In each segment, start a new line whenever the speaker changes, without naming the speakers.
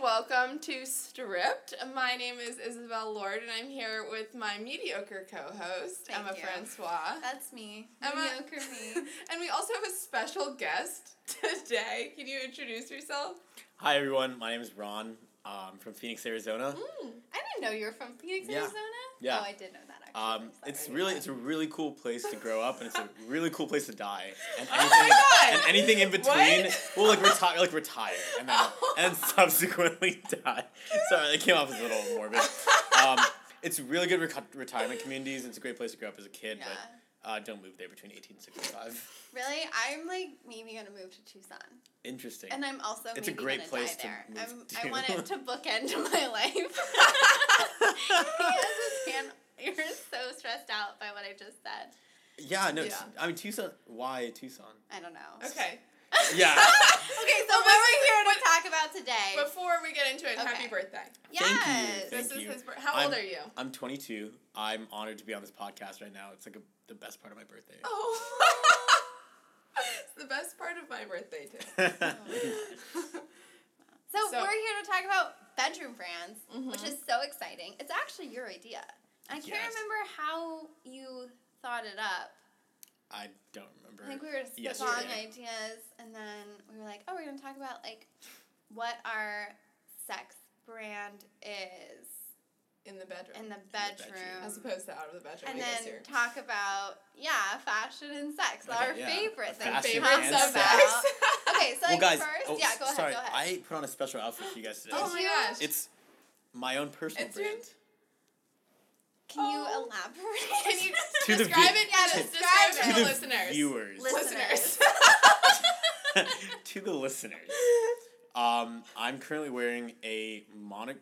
Welcome to Stripped. My name is Isabel Lord, and I'm here with my mediocre co-host
Thank
Emma
you.
Francois.
That's me.
Emma-
Mediocre me.
and we also have a special guest today. Can you introduce yourself?
Hi everyone, my name is Ron. I'm from Phoenix,
Mm.
Arizona.
Mm. Oh
I didn't know you were from Phoenix,
Yeah.
Arizona.
Yeah.
Oh, I did know that actually.
Um,
I'm sorry.
it's really it's a really cool place to grow up, and it's a really cool place to die, and
Oh my
anything
God!
and anything in between.
What?
Well, like retire, like retire, and then and subsequently die. Sorry, that came off as a little morbid. Um, it's a really good reco- retirement communities. It's a great place to grow up as a kid,
yeah.
but uh, don't move there between eighteen and sixty-five.
Really, I'm like maybe gonna move to Tucson,
Interesting.
and I'm also
It's a
maybe
great
gonna
place to
die there.
move
I'm, I
to.
want it to bookend my life. Yes, man, you're so stressed out by what I just said.
yeah, no, it's-
Yeah.
I mean Tucson. Why Tucson?
I don't know.
Okay.
Yeah.
Okay, so what we're here to talk about today.
Before we get into it, happy
Okay.
birthday.
yes.
Thank
this
you.
is his birthday. How
I'm-
old are you?
I'm 22. I'm honored to be on this podcast right now. It's like a, the best part of my birthday.
Oh. it's the best part of my birthday too.
Oh. So,
So-
we're here to talk about bedroom brands, which
Mhm.
is so exciting. It's actually your idea. I can't
Uh-huh. Yes.
remember how you thought it up.
I don't remember.
I think we were just long
Yesterday.
ideas, and then we were like, "Oh, we're gonna talk about like what our sex brand is
In the bedroom.
in the
bedroom.
bedroom."
as opposed to out of the bedroom.
and
I guess
then
you're-
talk about yeah, fashion and sex,
Okay,
our
yeah.
favorite thing.
Fashion
to talk
and
about.
sex.
okay, so
well,
like
guys,
first,
oh,
yeah, go ahead,
sorry.
go ahead.
I put on a special outfit for you guys today.
Oh
Did
my
you?
gosh.
It's my own personal
It's your-
brand.
Can you
Oh.
elaborate?
Can you
To the
describe
vi-
it? Yeah,
to-
just describe
to
it to the
the
listeners.
viewers.
Listeners.
to the listeners. Um, I'm currently wearing a monogram.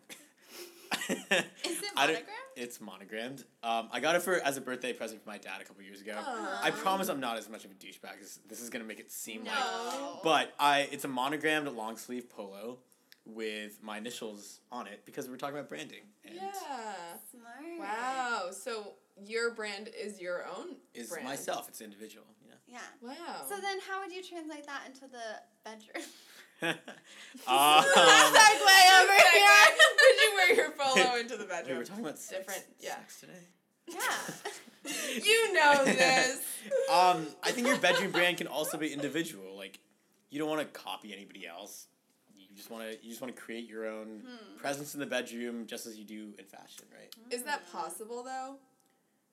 Is it monogrammed?
It's monogrammed. Um, I got it for as a birthday present for my dad a couple years ago.
Aw.
I promise I'm not as much of a douchebag as this is gonna make it seem like.
No.
But I it's a monogrammed long sleeve polo with my initials on it because we're talking about branding. And
yeah.
Smart.
Wow. So your brand is your own
is
brand.
myself, it's individual, you
Yeah.
Wow.
So then, how would you translate that into the bedroom?
know. um,
Segue over
Segue.
here.
Would you wear your polo into the
wait, we're
bedroom?
talking about sex,
Different, yeah.
sex today.
Yeah.
you know this.
Um, I think your bedroom brand can also be individual. Like, you don't want to copy anybody else. You just want to you just want to create your own
Hmm.
Hmm.
presence in the bedroom, just as you do in fashion, right?
Is that possible though?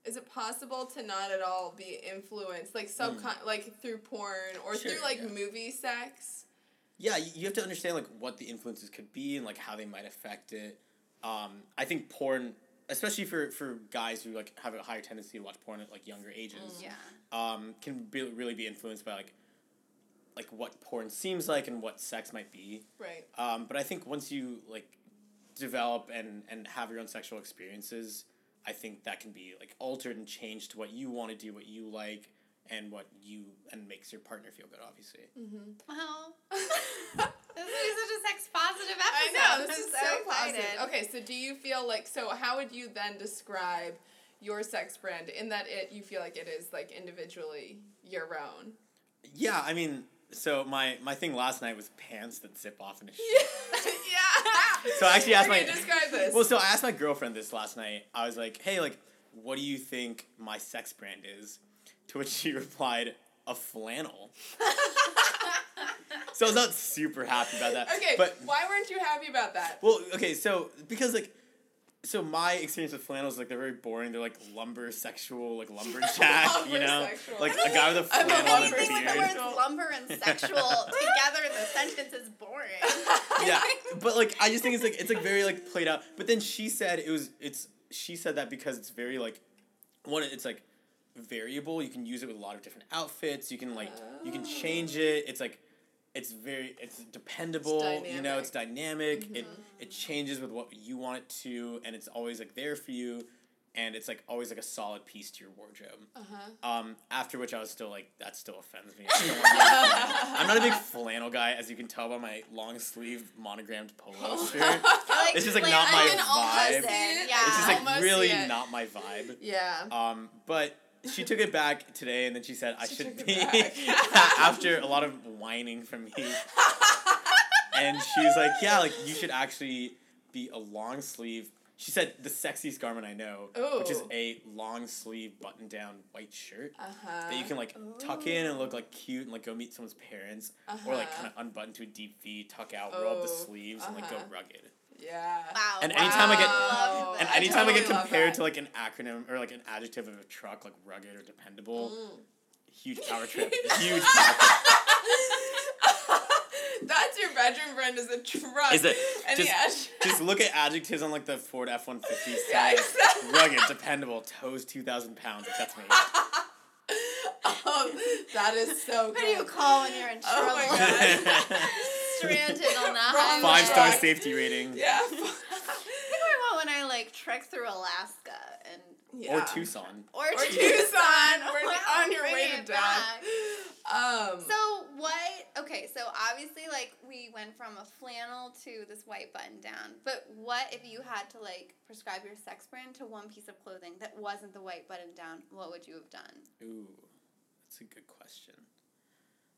Is it possible to not at all be influenced, like subcon, like through porn or
Hmm. Sure,
through like
yeah.
movie sex?
yeah you, you have to understand like what the influences could be and like how they might affect it um, i think porn especially for, for guys who like have a higher tendency to watch porn at like younger ages
yeah.
um, can be, really be influenced by like like what porn seems like and what sex might be
Right.
um, but i think once you like develop and and have your own sexual experiences i think that can be like altered and changed to what you want to do what you like and what you and makes your partner feel good obviously
Wow. This is such a sex positive
I
episode.
know this
I'm
is so
excited.
positive. Okay, so do you feel like so? How would you then describe your sex brand in that it you feel like it is like individually your own?
Yeah, I mean, so my my thing last night was pants that zip off in a
yeah.
shirt. So I actually asked
okay,
my-
describe this.
Well, so I asked my girlfriend this last night. I was like, "Hey, like, what do you think my sex brand is?" To which she replied, "A flannel." so I was not super happy about that.
okay,
but
why weren't you happy about that?
well, okay, so because like. So my experience with flannels like they're very boring. They're like lumber sexual, like lumberjack, you know,
Lumbersexual.
like a guy with a
I'm a
flannel and a
Anything with the
beard.
words lumber and sexual together in the sentence is boring.
yeah, but like I just think it's like it's like very like played out. But then she said it was it's she said that because it's very like one it's like variable. You can use it with a lot of different outfits. You can like you can change it. It's like it's very it's dependable. you know, it's dynamic. It it changes with what you want it to, and it's always like there for you. And it's like always like a solid piece to your wardrobe.
Uh-huh.
Um, after which I was still like, that still offends me. I don't wanna- I'm not a big flannel guy, as you can tell by my long sleeve monogrammed polo shirt.
You're
It's just, like,
wait,
not
I'm
my
an almost
vibe.
in,
It's
Yeah.
It's just like
Almost
really
yet.
not my vibe.
Yeah.
Um, but she took it back today, and then she said I
She
should
took it
be
back.
after a lot of whining from me. and she's like, yeah, like you should actually be a long sleeve. She said the sexiest garment I know, which is
Ooh.
a long sleeve button down white shirt
Uh huh.
that you can like tuck in and look like cute and like go meet someone's parents or like
Uh-huh.
kind of unbutton to a deep V, tuck out, roll up the
Oh,
sleeves and like go
uh-huh.
rugged.
Yeah.
Wow.
And anytime I get-
Love
But
And
I
anytime I,
totally
get
love
compared
that.
to like an acronym or like an adjective of a truck, like rugged or
Mm.
dependable, huge power trip, huge. Power trip.
That's your bedroom brand is a truck.
Is it?
And
Just-
the ash-
Just look at adjectives on like the Ford F one fifty
Yeah,
side.
exactly.
Rugged, dependable, toes two thousand pounds. Like, that's me.
um, that is so.
What do you
good.
call when you're in trouble?
Oh my god.
Stranded on the
Wrong
highway.
Five star
Fuck.
safety rating
yeah.
I think I want when I like trek through Alaska and
yeah.
or Tucson.
or,
Or
Tucson.
Tucson. We're
Wow,
on your
bring
way to
it
death.
back.
Um.
So what? Okay, so obviously, like we went from a flannel to this white button down. But what if you had to like prescribe your sex brand to one piece of clothing that wasn't the white button down? What would you have done?
Ooh, that's a good question.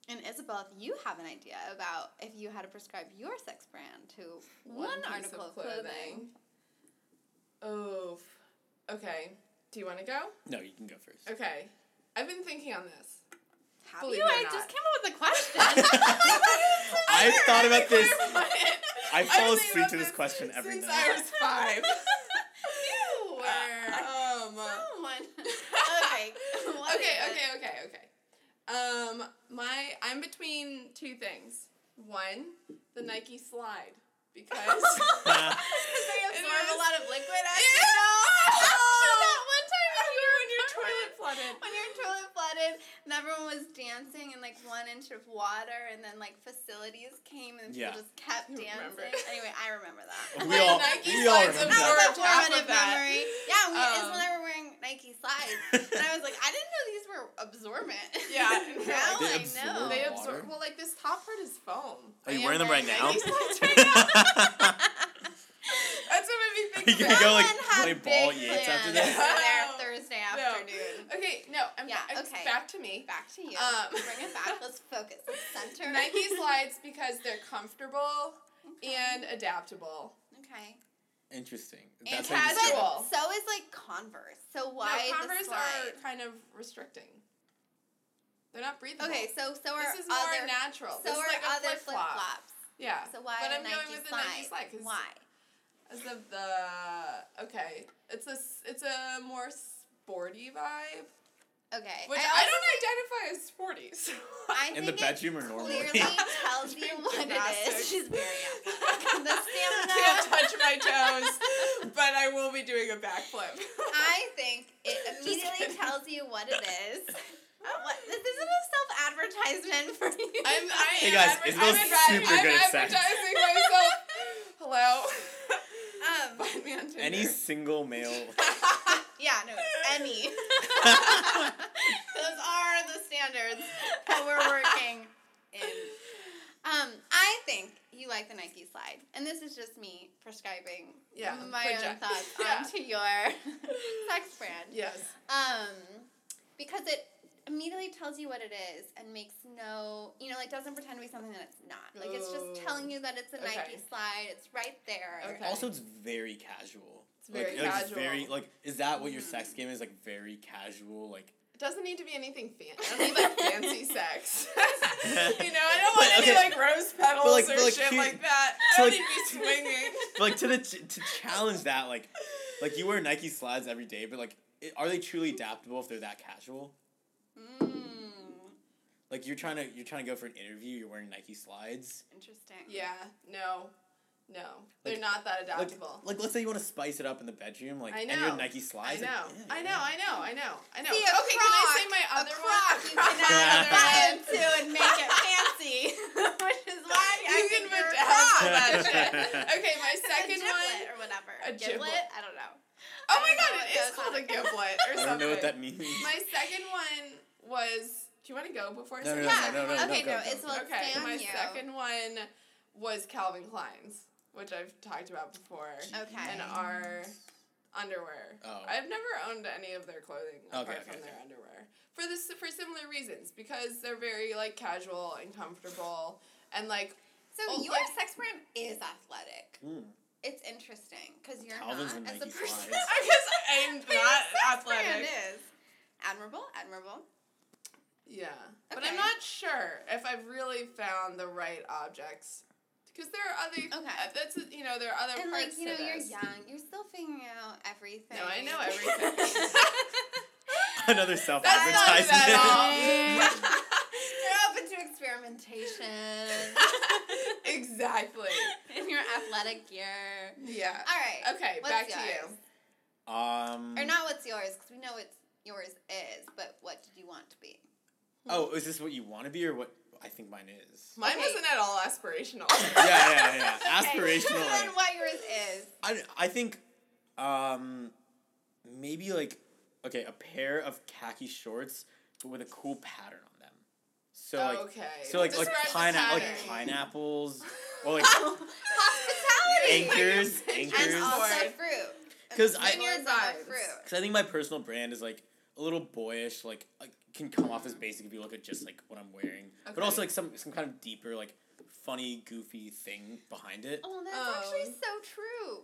And Isabel, if you have an idea about if you had to prescribe your sex brand to one,
piece
article of clothing,
Oh, okay. Do you want to go?
No, you can go first.
Okay. I've been thinking on this.
have
Believe
you?
it or
I
not.
just came up with a question.
I've thought about this. I
I
fall asleep to this question every
since
night.
I was five.
you were.
um,
Someone. okay. what
okay,
is it?
okay, okay, okay. Um, my I'm between two things. One, the Nike slide because.
Nah,
They
It
absorb a
is-
lot of liquid. I
Yeah.
know. that one time when you were
your toilet flooded.
When your toilet flooded, and everyone was dancing in like one inch of water, and then like facilities came and people
Yeah.
just kept
You remember.
dancing. Anyway, I remember that.
We
Like,
all,
Nike
we all
slides
remember
That was
that.
a
absorb half of
formative
that.
memory. Yeah, we, it's
Um,
when I were wearing Nike slides, and I was like, I didn't know these were absorbent.
Yeah.
now
They
I
absorb
know.
They
Water?
absorb. Well, like this top part is foam.
Are
I am
you wearing them right now?
Nike slides right now. That's what made me
Are you
think.
gonna
of it.
go like
Someone had
play ball
big
yates after
plans
this?
for their
No.
Thursday
No.
afternoon.
Okay, no, I'm
Yeah,
back, it's
okay.
back to me.
Back to you.
Um,
Bring it back. Let's focus. Let's center.
Nike slides because they're comfortable
Okay.
and adaptable.
Okay.
Interesting.
And
how you describe
casual.
But so is like Converse. So why
no,
the
Converse
slide?
are kind of restricting. They're not breathable.
Okay, so so are
this is more
other
natural.
so
this
are
is like
other
a flip flop.
flops.
Yeah.
So why
But
a
I'm
Nike
going with the
slide?
Nike slide 'cause-
why?
As of the okay, it's a s- it's a more sporty vibe,
Okay.
which I,
also
don't identify as sporty. So
I
In the
think it
bedroom or normally?
Clearly
Yeah.
tells you
Doing
what it is.
gymnastics.
She's very athletic. The stamina.
Can't touch my toes, but I will be doing a backflip.
I think it immediately
kidding.
tells you what it is. Uh, what, this isn't a self advertisement for you.
I'm, I
Hey
am
guys,
adver-
Isabel's
I'm adver-
super
I'm
good at sex.
advertising myself. Hello.
um,
Find me on Tinder.
Any single male.
yeah, no, any. Those are the standards that we're working in. Um, I think you like the Nike slide, and this is just me prescribing
Yeah,
my own
project.
thoughts
Yeah.
onto your sex brand.
yes.
Um, because it immediately tells you what it is and makes no, you know, like doesn't pretend to be something that it's not. Like it's just
Ooh.
telling you that it's a
Okay.
Nike slide. It's right there.
Okay.
also, it's very casual.
It's very
like, Like, it's
casual. Mm-hmm.
very like. Is that what your sex game is? Like very casual. Like.
It doesn't need to be anything fancy. I don't need like fancy sex. you know, I don't
But,
want any
okay.
like rose petals
like-
or
but, like,
shit
here-
like that. I
so,
don't
like-
need to be swinging.
But, like to the to challenge that like, like you wear Nike slides every day, but like, i are they truly adaptable if they're that casual?
Mm,
Like you're trying to you're trying to go for an interview. You're wearing Nike slides.
interesting.
Yeah. No. No. They're
Like-
not that
Like,
adaptable.
like let's say you want to spice it up in the bedroom. Like
I
and you're
know.
Nike
I
slides.
know.
like,
I
yeah.
know. I know. I know. I know.
See,
okay, can
a
I say
croc-
my other
a croc you
one?
cannot
Yeah.
buy into and make it fancy, which is why
You
I
can
think you're a
adapt
frog.
that shit. Okay, my
A
second
giblet
one.
or whatever.
a
giblet?
giblet.
I don't know.
Oh my
I don't
god,
know what
it is
goes
called
on
a
it.
giblet or
I
something.
don't know what that means.
My second one was. Do you want to go before? I
No,
say my
no, no,
second one?
no, no, no,
okay,
go,
no,
go,
it's
go.
well,
Okay,
stay on
my
you.
second one was Calvin Klein's, which I've talked about before,
Okay.
and our underwear.
Oh.
I've never owned any of their clothing apart
Okay, okay,
from their
okay.
underwear for this for similar reasons because they're very like casual and comfortable and like
So
Oh,
your
like-
sex brand is athletic.
Mm.
It's interesting because you're
Calvin's
not
and
as a
Nike
person.
slides.
I guess I'm
But your
not
sex Brand
athletic.
is admirable. Admirable.
Yeah. But
Okay.
I'm not sure if I've really found the right objects. Because there are other.
Okay.
uh, that's, you know, there are other
and like
parts
you know,
to
you're
this.
young. You're still figuring out everything.
No, I know everything.
Another self
That's not bad
advertisement.
at all.
you're open to experimentation
exactly.
in your athletic gear.
Yeah.
All right.
Okay,
what's
back to
yours?
you.
Um,
Or not what's yours, because we know it's yours is, but what did you want to be?
Oh, is this what you want to be or what I think mine is?
Mine
Okay.
wasn't at all aspirational.
yeah, yeah, yeah.
Okay,
Aspirational.
then
like-
what yours is.
I, don't- I think um, maybe like, okay, a pair of khaki shorts, but with a cool pattern on them. So, like,
okay.
so like, like,
Describe the
pineapple, like
pattern.
pineapples or like
Oh, Hospitality.
anchors,
And
anchors.
also
Board.
fruit.
'Cause I-
Vineyards are
Vibes.
fruit.
Because I think my personal brand is like a little boyish, like, like can come off as basic if you look at just like what I'm wearing, but
Okay.
also like some some kind of deeper like funny goofy thing behind it.
Oh, that's
Oh.
actually so true.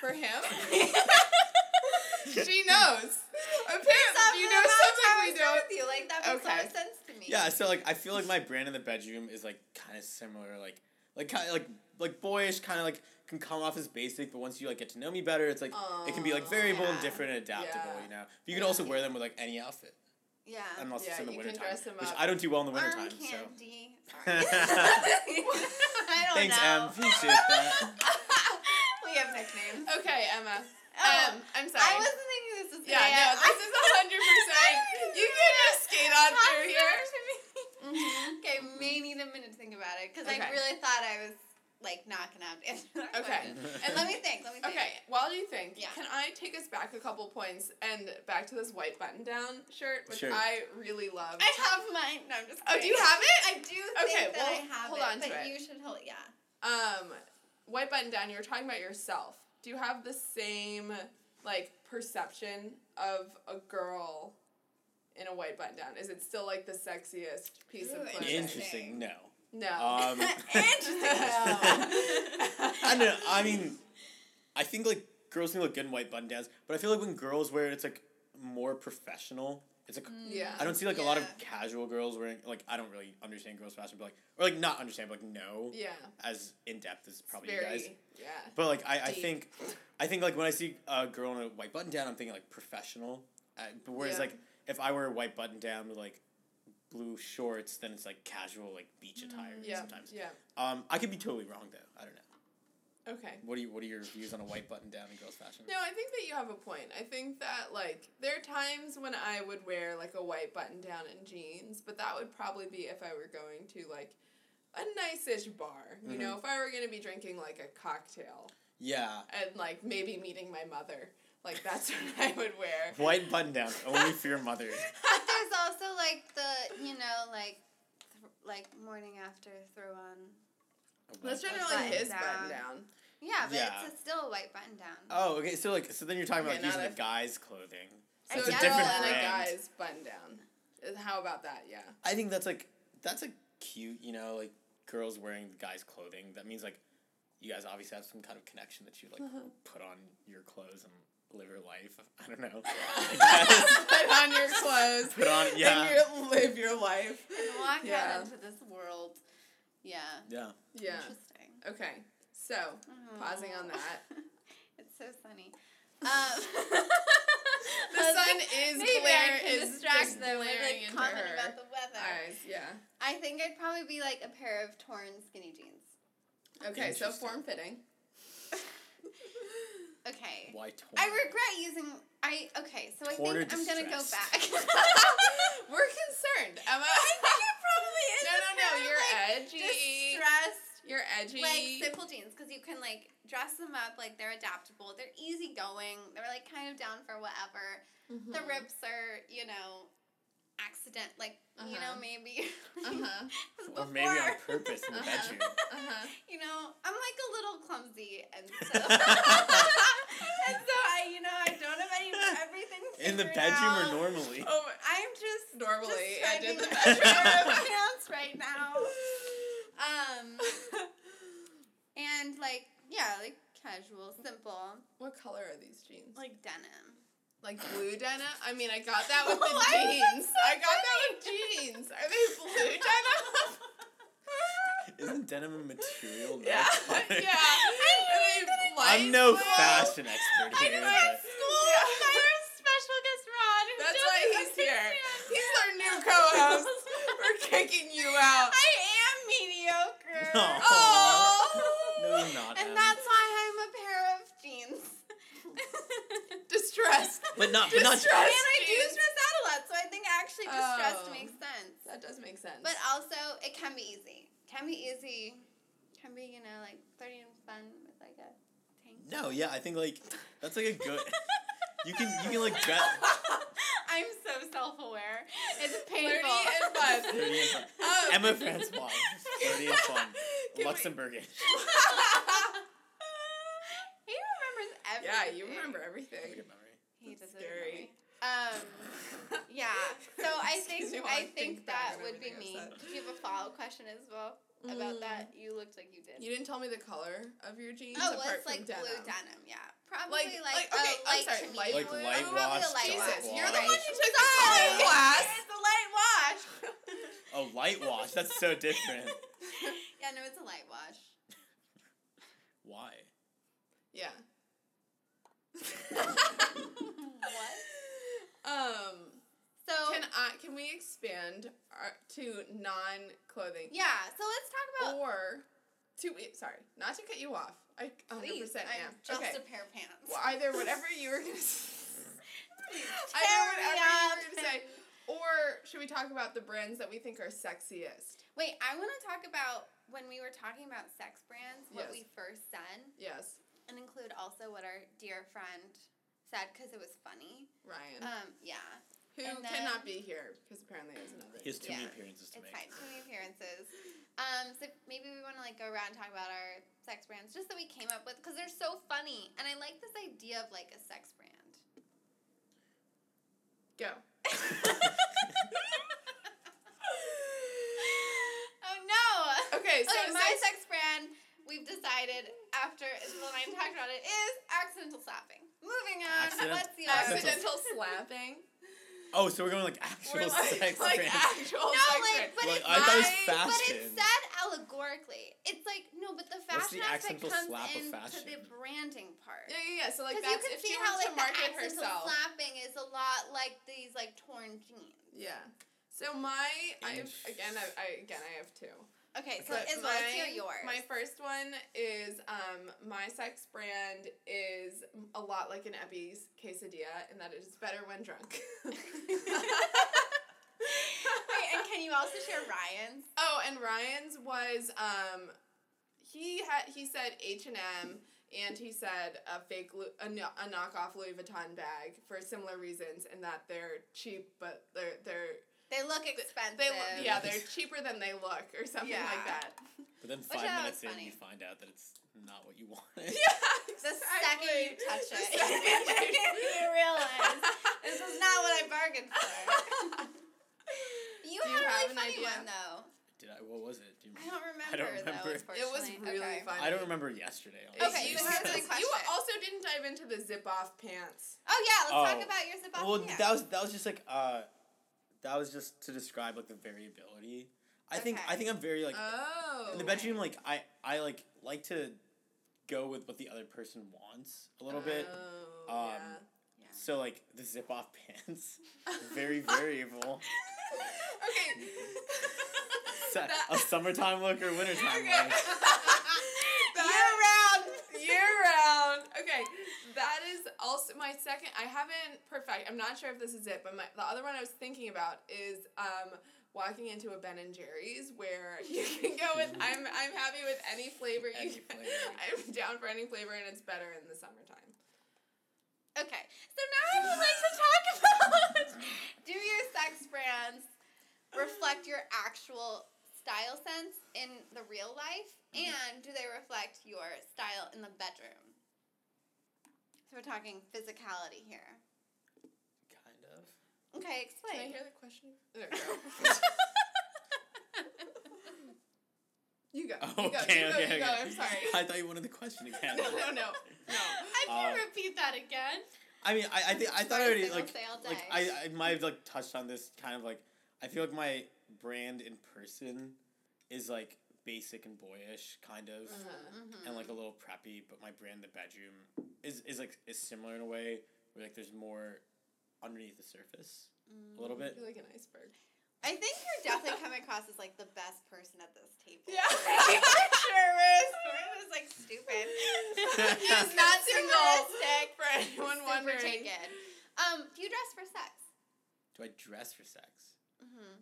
For him? she knows. Apparently, you know something we
do
don't.
with you. Like that makes a lot
Okay.
of sense to me.
Yeah, so like I feel like my brand in the bedroom is like kind of similar, like like kind of like like boyish, kind of like can come off as basic, but once you like get to know me better, it's like it can be like
Oh,
variable and
yeah.
different and adaptable.
Yeah.
You know, but you can also wear them with like any outfit,
Yeah.
unless
Yeah,
it's in the
you can
wintertime,
dress 'em
which
up.
I don't do well in the
Arm
wintertime. So
candy. Sorry. I don't
thanks,
know.
Em. Appreciate that.
we have nicknames.
Okay, Emma.
Oh,
Um, I'm sorry.
I wasn't thinking this was
yeah,
today.
no,
I-
this is hundred percent. You can just skate on through here. Mm-hmm.
Okay, may need a minute to think about it because I
Okay.
really thought I was like not gonna have to answer that
Okay.
question. And let me think. Let me think.
Okay, while you think,
Yeah.
can I take us back a couple points and back to this white button-down shirt, which
Sure.
I really love.
I have mine. No, I'm just.
Oh, do you
kidding.
have it?
I do think
Okay,
that
well,
I have
hold
it,
on to
but
it.
you should hold. Yeah.
Um, white button-down. You were talking about yourself. Do you have the same like perception of a girl in a white button-down? Is it still like the sexiest piece
Ooh,
of clothing?
Interesting. No.
No.
Um,
Interesting.
I don't know. I mean, I think like girls can look good in white button downs, but I feel like when girls wear it, it's like more professional. It's like
Yeah.
I don't see like a lot of
Yeah.
casual girls wearing like I don't really understand girls fashion, but like or like not understand, but like know
Yeah.
as in depth as probably
Very.
you guys.
Yeah.
But like I, I
Deep.
think, I think like when I see a girl in a white button down, I'm thinking like professional. Uh, but whereas
Yeah.
like if I wear a white button down with like blue shorts, then it's like casual like beach attire
Mm, Yeah.
sometimes.
Yeah.
Um, I could be totally wrong though. I don't know.
Okay.
What are you, What are your views on a white button down in girls fashion?
No, I think that you have a point. I think that like there are times when I would wear like a white button down and jeans, but that would probably be if I were going to like a nice-ish bar. You know,
Mm-hmm.
if I were going to be drinking like a cocktail
Yeah.
and like maybe meeting my mother, like that's what I would wear.
White button down only for your mother.
But there's also like the you know like th- like morning after throw on.
That's
White
generally
Button
his
down.
button down.
Yeah, but
Yeah.
it's a still a white button down.
Oh, okay. So like, so then you're talking about
Okay,
like, using
now
the
that-
guy's clothing.
So
That's
a
a
different
girl and a
brand.
guy's button down. How about that? Yeah.
I think that's like that's like cute. You know, like girls wearing the guy's clothing. That means like you guys obviously have some kind of connection that you like
Uh-huh.
put on your clothes and live your life. I don't know. I guess.
Put on your clothes.
Put on- yeah.
And you live your life.
And walk
Yeah.
out into this world. Yeah.
yeah.
Yeah.
Interesting.
Okay. So pausing on
Aw.
that.
It's so sunny. Um,
The sun is
maybe I
glare
can
is
distract
just
them with
glaring
like
into
comment
her
about the weather.
eyes. Yeah.
I think I'd probably be like a pair of torn skinny jeans.
Okay. So
Interesting.
form fitting.
Okay. I
Why torn?
regret using I okay, so I think
Torn or
I'm gonna go back.
distressed?
I think
We're concerned, Emma.
it probably is.
no,
a
no,
pair
no.
of,
You're
like,
edgy.
Distressed
You're edgy.
like simple jeans because you can like dress them up like they're adaptable they're easygoing they're like kind of down for whatever
Mm-hmm.
the rips are you know accident like you know
Uh-huh.
maybe
Uh huh.
Or maybe on
before.
purpose in the
Uh-huh.
bedroom.
Uh huh.
you know i'm like a little clumsy and so and so i you know i don't have any everything
In the
figured
bedroom
out.
or normally.
Oh,
i'm just
normally
just
and in the
trying to
bedroom.
figure out my house right now um like yeah, like casual, simple,
What color are these jeans? Like,
like denim.
blue denim? I mean, I got that with the
Why is that
jeans.
so
I got that with jeans. Are they blue denim?
Isn't denim a material? not a
yeah.
color?
yeah. Are they light
I'm no
blue?
fashion expert
I
here.
know at
but-
school
Yeah.
my special guest Ron. who
That's
doesn't
why he's here.
understand.
He's our new co-host. We're kicking you out.
I am mediocre.
No.
Oh.
No, you're not.
And
Em.
that's why I'm a pair of jeans.
Distressed.
But not- but not
I
distressed.
mean, I do
jeans.
stress out a lot, so I think actually
Oh.
distressed makes sense.
That does make sense.
But also, it can be easy. Can be easy. Can be, you know, like pretty and fun with like a tank.
No, yeah, I think like that's like a good. You can you can like dress.
I'm so self aware. It's painful. Oh.
Flirty and fun.
Flirty and fun.
Um,
Emma Francois, flirty and fun,
Can we-
Luxembourgish.
he remembers
yeah,
everything.
you remember
I have a
everything.
good memory.
He does
Scary.
scary. Um, yeah. So I
Excuse
think
me while
I think
back
that
on
would be
everything
me.
I said.
Do you have a follow question as well about
Mm.
that? You looked like you did.
You didn't tell me the color of your jeans
oh, well,
apart
it's
from
like
denim.
blue denim. Yeah, probably
like,
like, a
okay, I'm
light
sorry,
chemi-
light
Like
blue.
Probably
light
a
wash,
light
dark
Jesus,
wash.
you're the one who took the
Sorry.
color class.
It's a light wash.
Oh, light wash. That's so different.
yeah, no, it's a light wash.
Why?
yeah.
what?
um.
So
Can I? Can we expand our, to non-clothing
yeah, so let's talk about.
or to? Sorry, not to cut you off. I 100
Please,
percent
I'm
am.
just
okay.
a pair of pants.
well, either whatever you were gonna. Say, I
Tear
know whatever
me
you were gonna
up.
say. Or should we talk about the brands that we think are sexiest?
Wait, I want to talk about when we were talking about sex brands, what
Yes.
we first said,
Yes,
and include also what our dear friend said because it was funny.
Ryan,
Um, yeah,
who
and then-
cannot be here because apparently there's another.
He has too
Yeah.
many appearances to
it's
make.
fine. Too many appearances. Um, so maybe we want to like go around and talk about our sex brands, just that we came up with because they're so funny, and I like this idea of like a sex brand.
Go.
oh no.
Okay, so
okay,
it
my
says-
sex brand, we've decided after Isabel and I talked about it, is accidental slapping. Moving on.
Accident-
What's the other
accidental-
accidental slapping.
Oh, so we're going like actual
We're like,
sex
like
brand.
actual
No,
sex brand.
like, but
Like,
it's
I thought it was
not- but
fashion.
it's said allegorically. It's like no, but the
What's the
fashion aspect
accidental
comes
slap of
into the
fashion?
branding part.
Yeah, yeah, yeah. So like
Because
that's if
you can
she
see how
wants to
like the
market
accidental
herself.
slapping is a lot like these like torn jeans.
Yeah. So my, I have
Inch.
again, I, I again, I have two.
Okay, so
But
Isabel, let's hear yours.
My first one is um, my sex brand is a lot like an Ebbie's quesadilla, in that it is better when drunk.
Wait, and can you also share Ryan's?
oh, and Ryan's was um, he had he said H and M, and he said a fake Lu- a, kno- a knockoff Louis Vuitton bag for similar reasons, and that they're cheap, but they're they're
They look expensive.
they look yeah they're cheaper than they look or something
Yeah.
like that.
But then
I
five
thought
minutes
was
in,
funny.
you find out that it's not what you wanted.
The second
Exactly.
you touch
The
it,
second
you realize this is not what I bargained for. You
Do you have
had a really
an
funny
idea?
one though.
Did I? What was it? Do you
I don't remember,
remember.
though.
It
It was
Unfortunately.
really
okay.
funny.
I don't remember yesterday.
It-
Okay,
honestly.
you,
so
had,
here's
like,
my
you
question.
also didn't dive into the zip off pants.
Oh yeah, let's
Oh.
talk about your zip off
well,
pants.
that was that was just like uh, that was just to describe like the variability. I think I
Okay.
think I'm very like
Oh.
in the bedroom. Like I I like like to go with what the other person wants a little bit.
Oh,
Um,
yeah.
So like the zip off pants, very variable.
Okay.
So- a
That-
summertime look or wintertime
Okay.
look.
That-
Year round.
year round. Okay, that is also my second. I haven't perfect. I'm not sure if this is it, but my the other one I was thinking about is um walking into a Ben and Jerry's where you can go with. I'm I'm happy with any flavor.
Any
you
flavor.
I'm down for any flavor, and it's better in the summertime.
Okay, so now I would like to talk about do your sex brands reflect your actual style sense in the real life,
Mm-hmm.
and do they reflect your style in the bedroom? So we're talking physicality here.
Kind of.
Okay,
Can I
explain.
hear the question? There we go. you go.
Oh,
you go.
okay,
you go,
okay,
you
okay.
go. I'm sorry.
I thought you wanted the question again.
no, no, no, no.
I can
Uh,
repeat that again.
I mean, I I, think I thought I
Right,
already
single
like
sale
like
day.
I, I might have like touched on this kind of like I feel like my brand in person is like basic and boyish kind of
Uh-huh. Mm-hmm.
and like a little preppy, but my brand the bedroom is is like is similar in a way where like there's more underneath the surface a little bit.
You're like an iceberg.
I think you're definitely coming across as like the best person at this table.
Yeah.
sure. Whereas Corinne is like stupid. She's not
Consumeristic
single.
for anyone
Super
wondering.
taken. Um, do you dress for sex?
Do I dress for sex?
Mm-hmm.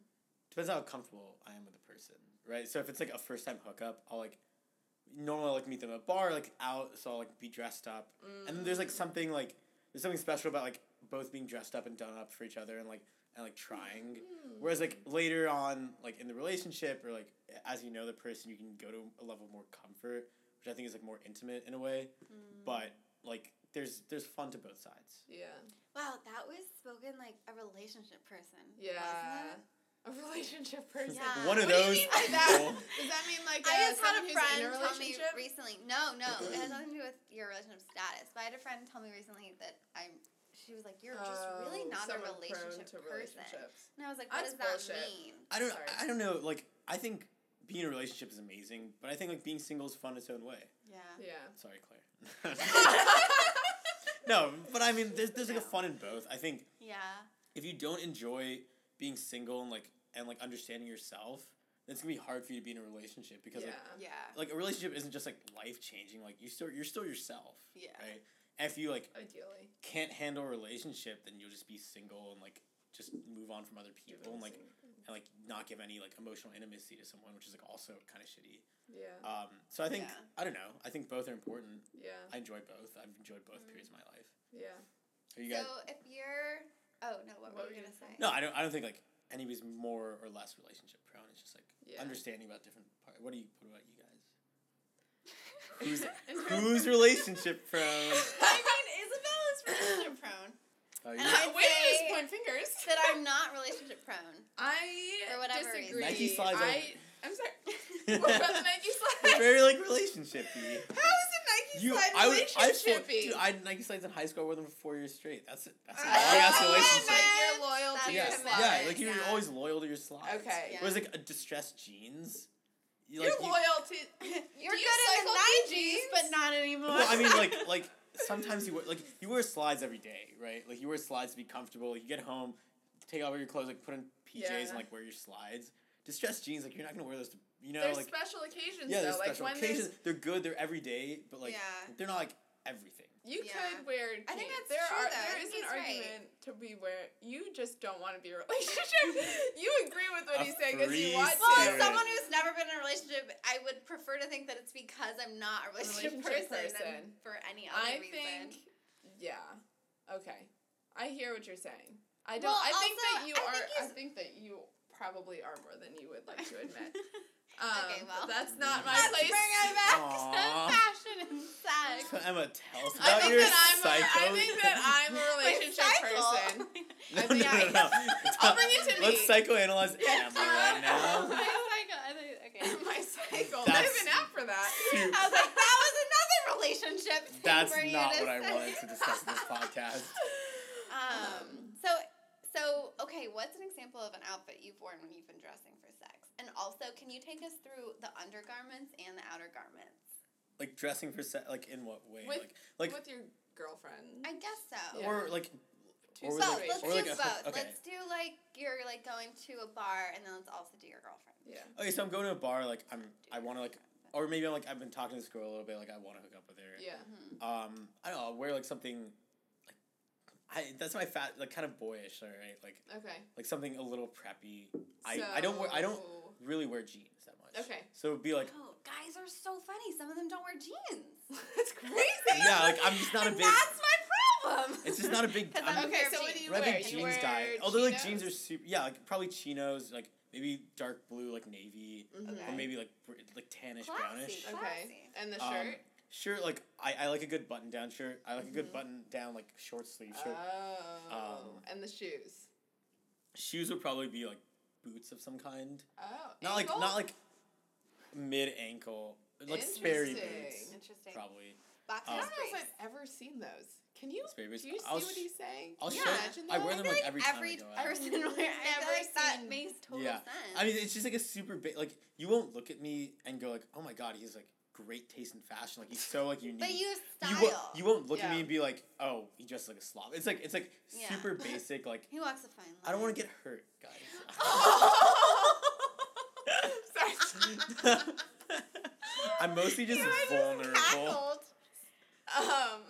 Depends on how comfortable I am with the person, right? So if it's like a first time hookup, I'll like normally I'll, like meet them at a bar, like out, so I'll like be dressed up. And then there's like something like there's something special about like both being dressed up and done up for each other and like and like trying.
Mm.
Whereas like later on, like in the relationship or like as you know the person, you can go to a level of more comfort, which I think is like more intimate in a way.
Mm-hmm.
Mm-hmm.
But like there's there's fun to both sides.
Yeah.
Wow, that was spoken like a relationship person.
Yeah. A relationship person.
Yeah.
One of
What do you
those
mean by
people.
that? Does that mean like
I
uh,
just had a
someone who's
friend
in a
tell me
relationship?
recently. No, no, it has nothing to do with your relationship status. But I had a friend tell me recently that I'm. She was like, "You're just really
Oh,
not a
someone prone
relationship
to
person."
relationships.
And I was like, "What
That's
does that
bullshit.
mean?"
I don't.
Sorry.
I don't know. Like, I think being in a relationship is amazing, but I think like being single is fun its own way.
Yeah.
Yeah.
Sorry, Claire. no, but I mean, there's there's like a
No.
fun in both. I think
Yeah.
if you don't enjoy being single and like and like understanding yourself, then it's gonna be hard for you to be in a relationship because
Yeah.
like
Yeah.
like a relationship isn't just like life changing. Like you still you're still yourself.
Yeah.
Right. And if you like
Ideally.
can't handle a relationship, then you'll just be single and like just move on from other people and like and like not give any like emotional intimacy to someone, which is like also kind of shitty.
Yeah.
Um, so I think
Yeah.
I don't know. I think both are important.
Yeah.
I enjoy both. I've enjoyed both periods of my life.
Yeah.
Are you guys?
Mm-hmm. So if you're, oh no, what, were you gonna say?
no, I don't. I don't think like anybody's more or less relationship prone. It's just like
Yeah.
understanding about different part. What do you? What about you guys? Who's
In terms-
who's relationship prone?
I mean, Isabel is relationship prone.
Are you?
And I- I'd
Way to
say-
just point fingers.
That I'm not relationship prone.
I
For whatever reason.
disagree.
Nike slides
I, I'm sorry. what about the Nike
We're
slides?
very like relationshipy.
How is
You,
slide
I was, I was,
relationshipy?
dude, I had Nike slides in high school. I wore them for four years straight. That's it. That's a
Oh,
long ass
man.
relationship.
Like, you're loyal
That's
to
Yeah,
your
commitment.
slides.
yeah, like you're
Yeah.
always loyal to your slides.
Okay.
Yeah.
Whereas like a distressed jeans, you,
You're
like, you-
loyal to.
You're
Do you
good in
cycle
the
through
90s,
jeans?
but not anymore.
Well, I mean, like, like sometimes you wear like you wear slides every day, right? Like you wear slides to be comfortable. You get home, take off all your clothes, like put on PJs
Yeah.
and like wear your slides. Distressed jeans, like you're not gonna wear those to, you know,
There's
like
special occasions
yeah,
though.
there's
Like
special
when
occasions.
there's
They're good. They're every day, but like
Yeah.
they're not like everything.
you
Yeah.
could wear. Jeans.
I think that's
there
true,
are
though. I
there
think
is an
he's right.
argument to be where you just don't want to be in a relationship. you agree with what
A
he's saying because you
free
want
well,
to.
as someone who's never been in a relationship, I would prefer to think that it's because I'm not a relationship,
Relationship
person,
person.
than for any other
I
reason.
think. Yeah. Okay. I hear what you're saying. I don't.
Well,
I think
also,
that you
I
are.
think
I
he's-
think that you probably are more than you would like to admit. Um,
Okay,
but
well.
that's not my
Let's
place.
bring it back
Aw.
to fashion and sex.
So Emma, tell us
I
about
think
your
that I'm.
psycho.
A, I think that I'm a relationship person. I
no, no,
think
no, no,
I'll bring it to
Let's
me.
psychoanalyze Emma right now.
My cycle. I think- Okay.
my cycle. I
That's-
have an app for that.
Dude,
I was like, that was another relationship. thing
That's
for you
not
to
what I
say.
wanted to discuss in this podcast.
Um, so, so okay, what's an example of an outfit you've worn when you've been dressing for sex? And also, can you take us through the undergarments and the outer garments?
Like dressing for sex, like in what way?
With-
like, like,
with your girlfriend.
I guess so.
yeah.
or like,
Two
Both.
or with
separate-
like,
Let's
or
do
like a,
both.
Okay.
Let's do like you're like going to a bar, and then let's also do your girlfriend.
yeah.
okay, so I'm going to a bar. Like, I'm, I want to like, oh, or maybe I'm like, I've been talking to this girl a little bit. Like, I want to hook up with her.
Yeah.
Um, I don't know. I'll wear like something. Like, I that's my fat like kind of boyish. All right, like
Okay.
like something a little preppy. I I don't wear I don't
So-
really wear jeans that much.
Okay.
So it'd be like
Oh, guys are so funny. Some of them don't wear jeans.
That's crazy.
yeah, like I'm just not a
And
big.
That's my problem.
It's just not a big.
'Cause
I'm-
I'm
Okay,
Pair of
so what
jeans.
do you
I'm not a
wear?
big
You
jeans
wear
guy. Although like jeans are super. Yeah, like probably chinos. Like maybe dark blue, like navy.
Okay.
or maybe like br- like tannish
Classy.
brownish.
Mm-hmm. Okay.
Classy.
And the
Um,
shirt. Mm-hmm.
Shirt like I, I like a good button down shirt. I like a good button down like short sleeve shirt.
Uh. Oh.
Um,
and the shoes.
Shoes would probably be like boots of some kind.
Oh.
Not like
ankle?
not like mid ankle, like Sperry boots,
Interesting.
Interesting.
probably.
Boxer
I
Um,
don't
briefs.
know if I've ever seen those. Can you?
Sperry boots.
Do you see
I'll
what
sh-
he's saying?
I'll
Can you
show-
imagine
I
that?
wear
I
them
feel
like
like
every time
every
I go out.
person wears. I feel
Never
like that
seen-
makes total
Yeah.
sense.
I mean, it's just like a super big. Like you won't look at me and go like, "Oh my god, he's like great taste in fashion. Like he's so like unique."
but you have
You
style.
won't, you won't look at
Yeah.
me and be like, "Oh, he dresses like a slob." It's like it's like
Yeah.
super basic. Like
he walks a fine line.
I don't want to get hurt, guys.
Sorry.
I'm mostly just
You were
vulnerable.
cackled.
Um,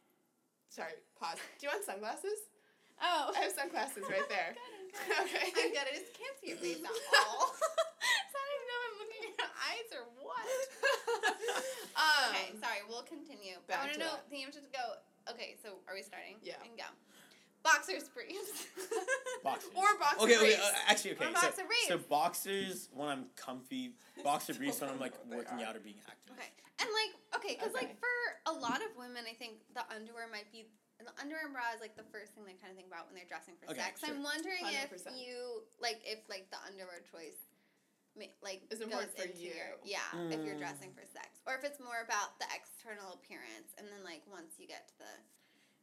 sorry. Pause. Do you want sunglasses?
Oh.
I have sunglasses right there.
Okay.
Okay.
I got it. I just can't see your face at all. so I don't even know if I'm looking at your eyes or what.
um,
okay, sorry. We'll continue.
back
I want
to
to know.
that.
The answer to go. Okay, so are we starting?
Yeah.
And go. Boxers briefs.
Boxers.
Or boxer
Okay, okay,
briefs.
uh, actually,
Or
okay. so,
boxer briefs.
so boxers when I'm comfy, boxer
Still
briefs
Oh
when
don't
I'm like
know what they
working
are.
out or being active.
Okay. And like, okay, because like
Okay.
for a lot of women, I think the underwear might be and the underwear and bra is like the first thing they kind of think about when they're dressing for
Okay,
sex.
sure.
I'm wondering if
100%.
you like if like the underwear choice. ma- Like
Is
goes
important for
into your
you.
yeah if you're
Mm.
dressing for sex or if it's more about the external appearance and then like once you get to the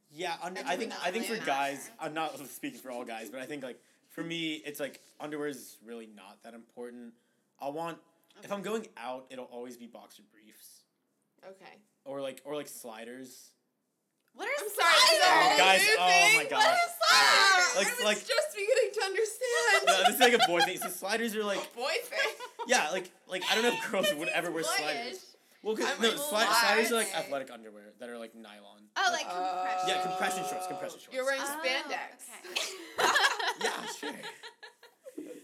Yeah,
And
under, I
you
think
would
I
not
think for
wear
guys,
underwear.
I'm not speaking for all guys, but I think like for me, it's like underwear is really not that important. I want if I'm going out, it'll always be boxer briefs
Okay.
or like or like sliders.
what are
I'm sorry. Is
sliders?
that a
Guys,
new
oh
thing?
my
What is
gosh.
that?
Like-
I was
like-
just beginning to understand.
No, this is like a boy thing. So sliders are like
boy thing.
yeah, like like I don't know if girls would ever wear
Boyish.
sliders. Well, cause,
I'm
no,
like,
sli-
why?
sliders are like athletic underwear that are like nylon.
Oh, like
Uh,
compression.
Yeah, compression shorts, compression shorts.
You're wearing
Oh,
spandex.
Okay.
yeah, sure.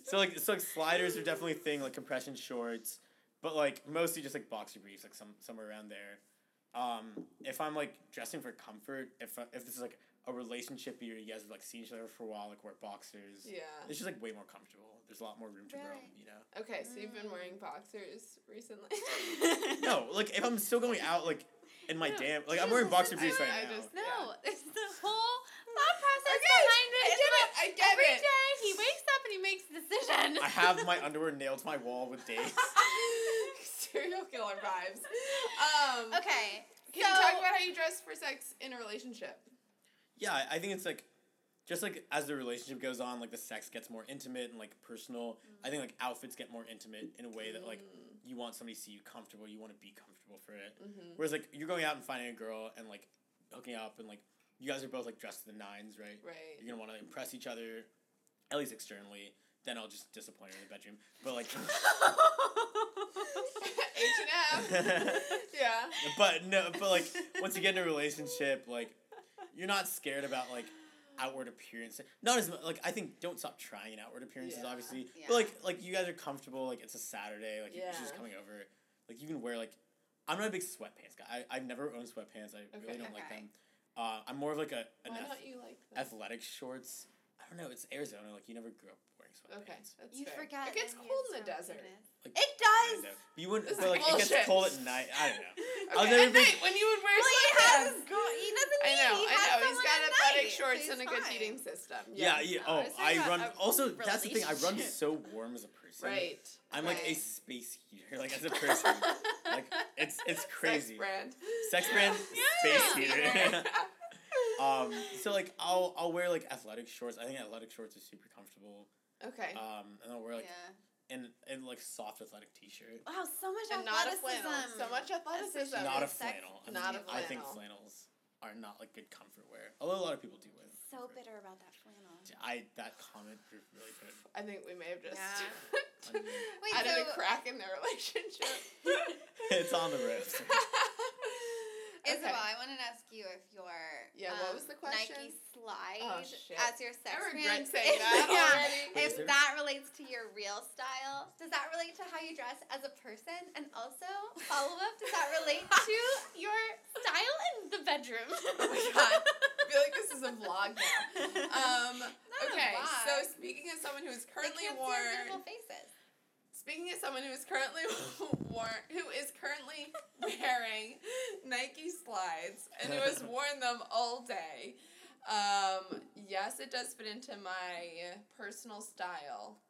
So like so like sliders are definitely a thing, like compression shorts, but like mostly just like boxer briefs, like some somewhere around there. Um, if I'm like dressing for comfort, if I, if this is like a relationship year, you guys have like seen each other for a while, like wear boxers.
Yeah.
It's just like way more comfortable. There's a lot more room to roam,
Right.
you know.
Okay, so you've been
Mm.
wearing boxers recently.
No, like if I'm still going out, like in my
No.
damn, like I'm
Jesus,
wearing boxer
this
briefs
is-
right
I
now.
just-
No, it's the whole thought process
Okay,
behind it.
I
It's
get it,
like
I get
every
it.
day he wakes up and he makes a decision.
I have my underwear nailed to my wall with dates.
Serial killer vibes. Um,
Okay.
Can you talk
so-
about how you dress for sex in a relationship?
Yeah, I- I think it's like just like as the relationship goes on, like the sex gets more intimate and like personal. I think like outfits get more intimate in a way that like you want somebody to see you comfortable, you want to be comfortable for it.
Mm-hmm.
Whereas like you're going out and finding a girl and like hooking up and like you guys are both like dressed to the nines, right?
Right.
You're gonna want to impress each other, at least externally. Then I'll just disappoint her in the bedroom. But like,
H and M. Yeah.
but no, but like once you get in a relationship, like you're not scared about like outward appearance. Not as much. Like I think don't stop trying outward appearances,
Yeah.
obviously.
Yeah.
But like like you guys are comfortable. Like it's a Saturday. Like she's
Yeah.
coming over. Like you can wear like I'm not a big sweatpants guy. I I've never owned sweatpants. I
Okay.
really don't like
Okay.
them. Uh, I'm more of like a an
Why
ath-
don't you like that?
athletic shorts. I don't know. It's Arizona. Like you never grew up wearing sweatpants.
Okay, that's
You
fair.
forget.
It gets
that
cold
you're
in the
so
desert.
famous.
Like,
It does.
kind of. You wouldn't.
This
But
is
like it
bullshit.
gets cold at night. I don't know. I was
Okay,
never
at
big-
night when you would wear
Well, he has
sweatpants.
his girl. He doesn't
I
need.
know,
He
I
has
know. He's
someone
got
at
athletic
night, so
shorts
he's
and a good
fine.
heating system.
Yeah,
Yes.
yeah.
I
Oh,
was
I
talking about
run.
a
Also, that's the thing. I run
relationship.
so warm as a person.
Right.
I'm like a
Right.
space heater, like as a person. like it's it's crazy.
Sex brand.
Sex brand,
Yeah.
space heater. um, so like I'll I'll wear like athletic shorts. I think athletic shorts are super comfortable.
okay.
Um, and I'll wear like
yeah.
and and like soft athletic t-shirt.
Wow, so much
and not a
athleticism.
flannel. So much athleticism.
That
not a
was sex-
flannel. I
not
mean,
a
I think
flannel.
flannels are not like good comfort wear. Although a lot of people do wear them.
So bitter about that flannel.
I that comment really good.
I think we may have just
Yeah.
Wait,
added
so-
a crack in their relationship.
It's on the ropes.
okay.
Isabel, I wanted to ask you if your um,
Yeah, what was the question?
Nike slide
Oh, shit.
as your sex
I
brand,
regret saying
if-
that
yeah,
already.
Wait, is
if
there-
that relates to your real style, does that relate to how you dress as a person? And also, follow up, does that relate to your style in the bedroom?
Oh my god. I feel like this is a vlog now. Um,
Not a
okay,
vlog.
so speaking as someone who is
They
currently
can't see our
worn,
beautiful faces.
speaking as someone who is currently worn, who is currently wearing Nike slides and who has worn them all day. Um, yes, it does fit into my personal style.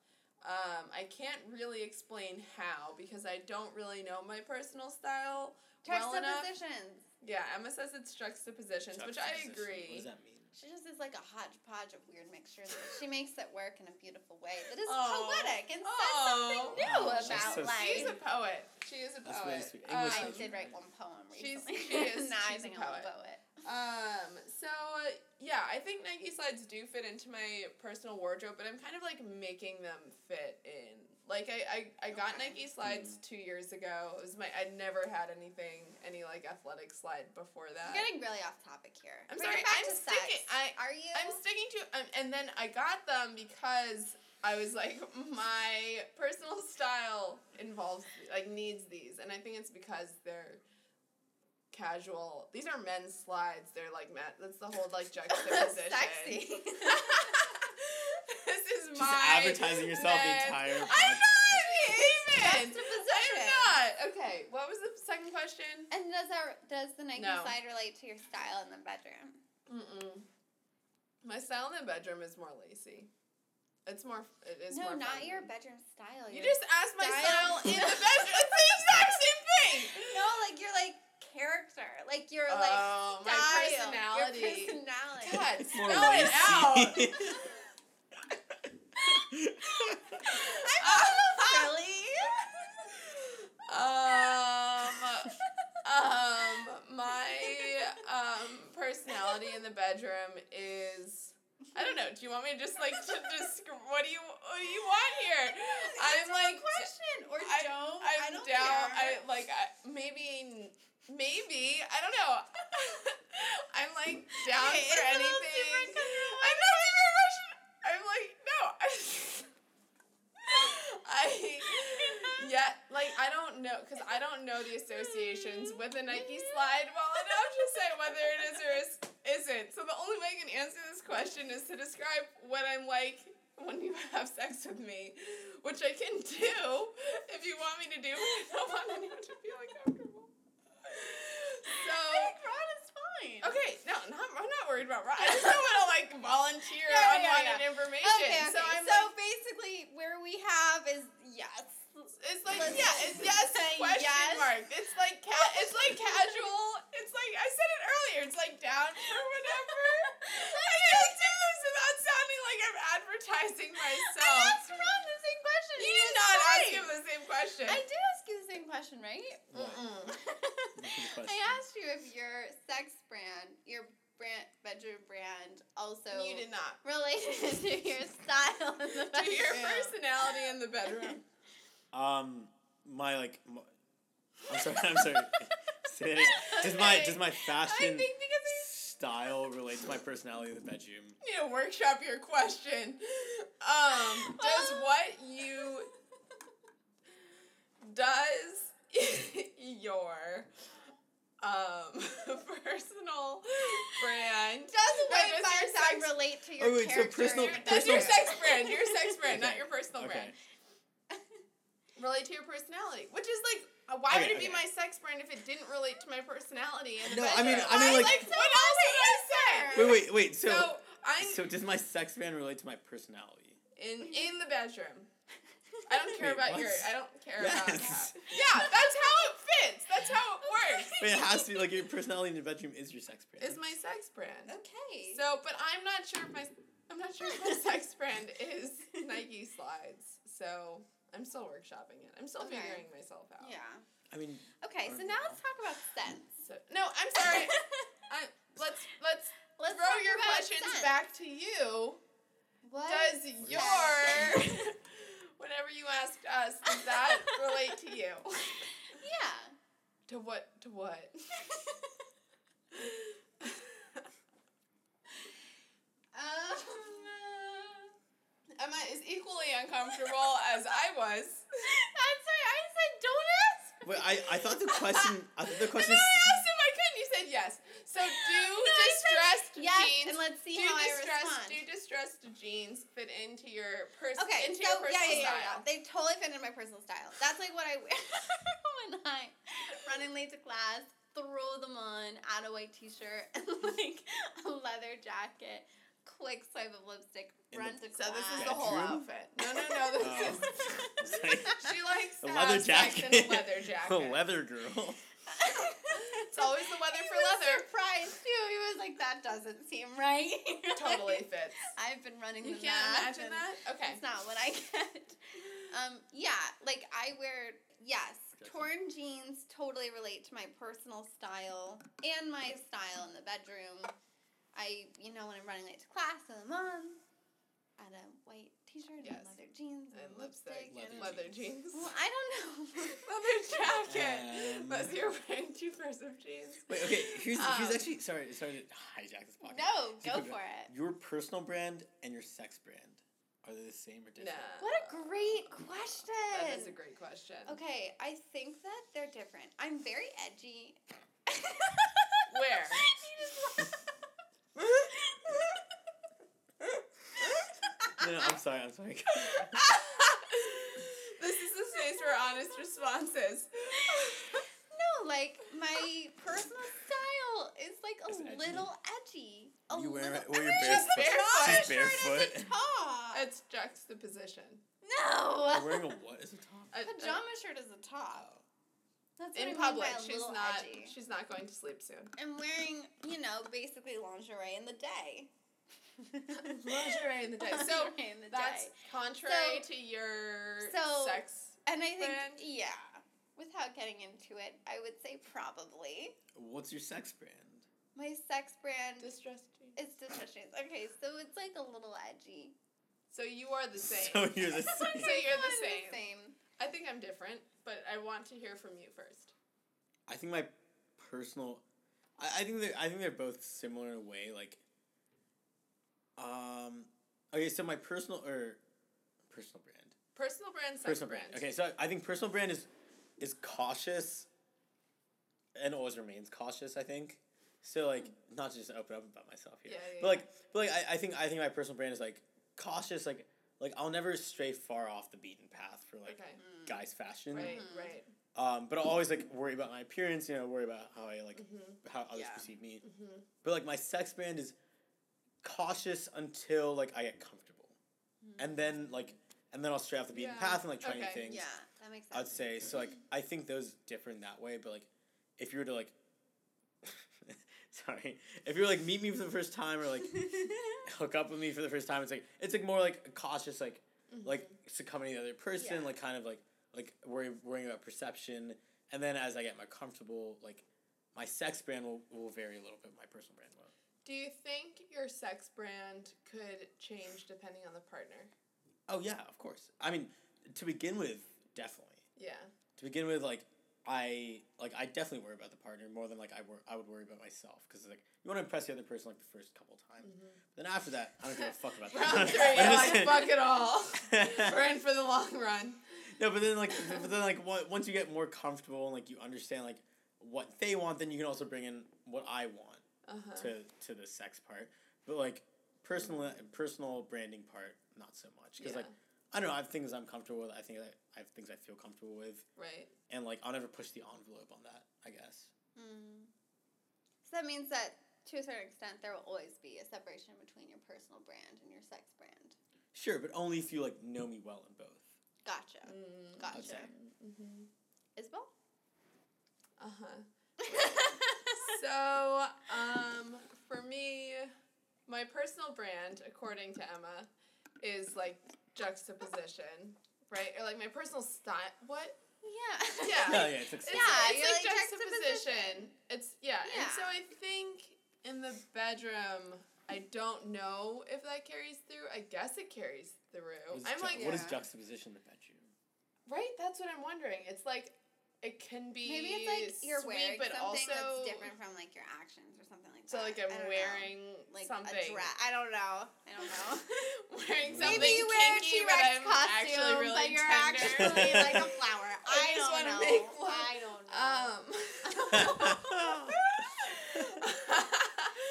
Um, I can't really explain how because I don't really know my personal style well enough.
Juxtapositions.
Yeah, Emma says it's juxtapositions, which I
Juxtaposition. What
agree.
does that mean?
She just is like a hodgepodge of weird mixtures. but she makes it work in a beautiful way that is
Oh.
poetic and says
Oh.
something new
Oh, that's
about
She's a
so
life.
poet. She is a
That's
poet. Um,
very sweet. English
I
is-
did write one poem
She's-
recently.
she is-
now I
she's a
think I'm a
poet.
poet.
Um, so uh, yeah, I think Nike slides do fit into my personal wardrobe, but I'm kind of like making them fit in. Like I, I, I got
Okay.
Nike slides two years ago. It was my I'd never had anything, any like athletic slide before
I'm
that.
getting really off topic here.
I'm
Bring
sorry,
it back
I'm
to sex.
sticking- I-
Are you?
I'm sticking to um, and then I got them because I was like my personal style involves like needs these and I think it's because they're casual. These are men's slides. They're like mat. That's the whole like juxtaposition.
Sexy.
this is
Just
my
advertising yourself
men's-
the entire.
I'm not even.
Juxtaposition.
I'm not. Okay. What was the second question?
And does our does the Nike
No.
slide relate to your style in the bedroom?
Mm-mm. My style in the bedroom is more lacy. It's more. It is
no,
more
not
feminine.
your bedroom style.
You
your-
just asked my style
style.
in the bedroom. It's the exact same thing.
no, like your like character, like your like
Oh, my
style, Your
personality.
personality.
God,
It's more
spell it out.
lacy.
Oh.
Really?
Um, um, my um personality in the bedroom is. I don't know. Do you want me to just like to describe? What do you What do you want here? I'm
Answer the
like
question or
I-
don't.
I'm
don't
down. I
care.
like I, maybe maybe I don't know. I'm like down
Okay,
for
it's a little
anything.
different 'cause you're a
I'm not super Russian. I'm like no. I yeah like I don't know because I don't know the associations with a Nike slide well enough to say whether it is or is, isn't. So the only way I can answer this question is to describe what I'm like when you have sex with me, which I can do if you want me to do. I don't want anyone to feel uncomfortable.
I
So
think Ron is fine.
okay, no, not, I'm not worried about Rob. I just don't want to like volunteer
Yeah, yeah,
unwanted
yeah.
information.
Okay, okay.
So I'm
so basically, where we have is yes.
It's like
Let's
yeah, it's yes
say
question
yes.
mark. It's like ca- it's like casual. It's like I said it earlier. It's like down for whatever. I can't do this without sounding like I'm advertising
I
myself.
asked Ron the same question.
You
He
did
was
not ask
fine.
him the same question.
I did ask you the same question, right?
Mm-mm.
I asked you if your sex brand, your brand bedroom brand, also
you did not.
related to your style in the
To your
bedroom.
personality in the bedroom.
Um, my like, my, I'm sorry. I'm sorry. Say it. Does my does my
I think
fashion
because I
style relate to my personality in the bedroom?
need to workshop your question. Um, does what you does your um personal brand No,
Does white
does your
butterfly
sex-
relate to your
Oh, wait, so
character?
personal-
Your-
does your
Personal-
sex brand your sex brand not your personal
Okay.
brand relate to your personality which is like uh, why would
Okay,
it be
okay.
my sex brand if it didn't relate to my personality in the
No, I mean-
bedroom?
I mean, like-
what else would I say
Wait, wait, wait. So,
so
so,
I'm
does my sex brand relate to my personality?
in in the bedroom I don't care
Wait,
about
what?
your. I don't care about that.
Yes.
Yeah, that's how it fits. That's how it works.
Wait, it has to be like your personality in the bedroom is your sex brand.
Is my sex brand.
Okay.
So, but I'm not sure if my I'm not sure if my sex brand is Nike slides. So I'm still workshopping it. I'm still
Okay.
figuring myself out.
yeah.
I mean,
Okay, so now let's talk about sense.
So no, I'm sorry. I, let's let's
Let's
throw
talk
your
about
questions
sense.
back to you.
What
Does
is
your
sense?
whatever you asked us does that relate to you?
yeah.
to what? To what?
Um,
Emma is equally uncomfortable as I was.
That's why I said don't ask.
wait, I, I thought the question. I thought the question.
And then I asked him I couldn't. You said yes. So do distressed
Yes,
jeans.
and let's
do
see how I
distressed
respond.
do distressed jeans fit into your person
Okay,
into
so
your personal
yeah, yeah, yeah, yeah.
style?
They totally fit into my personal style. That's like what I wear when I running late to class, throw them on, add a white t-shirt and like a leather jacket, quick swipe of lipstick,
In
run to
the-
So
class.
this is the whole
Bedroom?
outfit. No, no, no. This
Oh.
is
leather
have sex in
jacket.
a leather
The
jacket.
leather girl.
It's always the weather
He
for
was
leather.
Surprised too. He was like, "That doesn't seem right."
Totally fits.
I've been running.
You
the
can't
math
imagine
and
that? Okay.
That's not what I get. Um, yeah, like I wear yes,
Okay, cool.
torn jeans totally relate to my personal style and my style in the bedroom. I you know when I'm running late to class and I'm on at a white t-shirt
Yes.
and leather jeans and,
And lipstick and
Leather
leather
jeans.
jeans.
Well, I don't know.
leather jacket.
Um,
Unless you're wearing two pairs of jeans.
Wait, okay, here's, here's
Um,
actually, sorry, sorry to hijack this podcast.
no,
So you
go
could-
for it.
Your personal brand and your sex brand, are they the same or different?
Nah.
What a great question.
That is a great question.
Okay, I think that they're different. I'm very edgy.
Where?
You just laughed.
No, no, I'm sorry, I'm sorry.
this is the space for honest responses.
No, like my personal style is like a
It's edgy.
little edgy. A
You wear-
little,
wear your
I'm wearing
barefoot-
a
she's
Shirt as a
barefoot.
top.
It's juxtaposition.
no.
You're wearing a what is a top?
A- a-
pajama shirt as a top. That's what I
in
mean
public,
by a
she's
little
not.
edgy.
She's not going to sleep soon.
I'm wearing, you know, basically lingerie in the day.
Lingerie in the day. So
Lingerie in the
that's
day.
contrary to
So-
your
so-
sex.
and I think
brand.
yeah. Without getting into it, I would say probably
What's your sex brand?
my sex brand
Distressed jeans.
is discussions. Okay, so it's like a little edgy.
So you are the same.
So you're the
So
same.
you're the
Kinda
same. I think I'm different, but I want to hear from you first.
I think my personal, I, I think they I think they're both similar in a way. Like, um, okay, so my personal or personal brand,
Personal brand, sex
personal
brand.
brand. Okay, so I think personal brand is is cautious, and always remains cautious. I think. So like, not to just open up about myself here,
Yeah, yeah,
but like, but like, I, I think I think my personal brand is like cautious. Like, like I'll never stray far off the beaten path for like
Okay.
guys' fashion.
Right.
Mm-hmm.
Right.
Um, but I always like worry about my appearance, you know, worry about how I like
Mm-hmm.
how others
Yeah.
perceive me.
Mm-hmm.
But like my sex brand is cautious until like I get comfortable, and then like and then I'll stray off the beaten
Yeah.
path and like try new
Okay.
things.
Yeah, that makes sense.
I'd say so. Like I think those differ in that way, but like if you were to like, sorry, if you were like meet me for the first time or like
Mm-hmm.
hook up with me for the first time, it's like it's like more like cautious, like
Mm-hmm.
like succumbing to the other person,
Yeah.
like kind of like like worry, worrying about perception, and then as I get more comfortable, like my sex brand will, will vary a little bit. My personal brand will.
Do you think your sex brand could change depending on the partner?
Oh yeah, of course. I mean, to begin with, definitely.
Yeah.
to begin with, like I like I definitely worry about the partner more than like I wor- I would worry about myself because like you want to impress the other person like the first couple times, but then after that I don't give a fuck about that.
Round three,
I'm
you're
just
Mm-hmm. like, fuck
saying.
it all. We're in for the long run.
no, but then like but then like on- once you get more comfortable and like you understand like what they want, then you can also bring in what I want
Uh-huh.
to to the sex part, but like personal personal branding part not so much because like
Yeah.
I don't know I have things I'm comfortable with I think that I have things I feel comfortable with
Right.
and like I'll never push the envelope on that I guess.
Mm. So that means that to a certain extent, there will always be a separation between your personal brand and your sex brand.
Sure, but only if you like know me well in both.
Gotcha.
Mm, Mm-hmm.
I'd say.
Gotcha. Isabel?
Uh-huh. so, um, for me, my personal brand, according to Emma, is like juxtaposition, right? Or like my personal style. What?
yeah.
Yeah.
No, yeah, it's ex-
It's,
Yeah,
it's
you're
like,
like
juxtaposition.
juxtaposition.
It's yeah. And
Yeah.
so I think in the bedroom, I don't know if that carries through. I guess it carries
what
through.
is
I'm
ju-
like
what is
yeah.
juxtaposition in the bedroom?
right. That's what I'm wondering. It's like it can be
Maybe it's like you're
sweet,
wearing
but
something
also
that's different from like your actions or something like
So
that.
like
I don't
I'm
know.
wearing
like
something.
a dress. I don't know. I don't know.
wearing something
Maybe
Maybe you wear a
kinky,
T
but
Rex
I'm
costume,
actually really
but you're
tender.
actually like a flower.
I
I,
just
don't
wanna
know.
make one.
I don't know.
Um,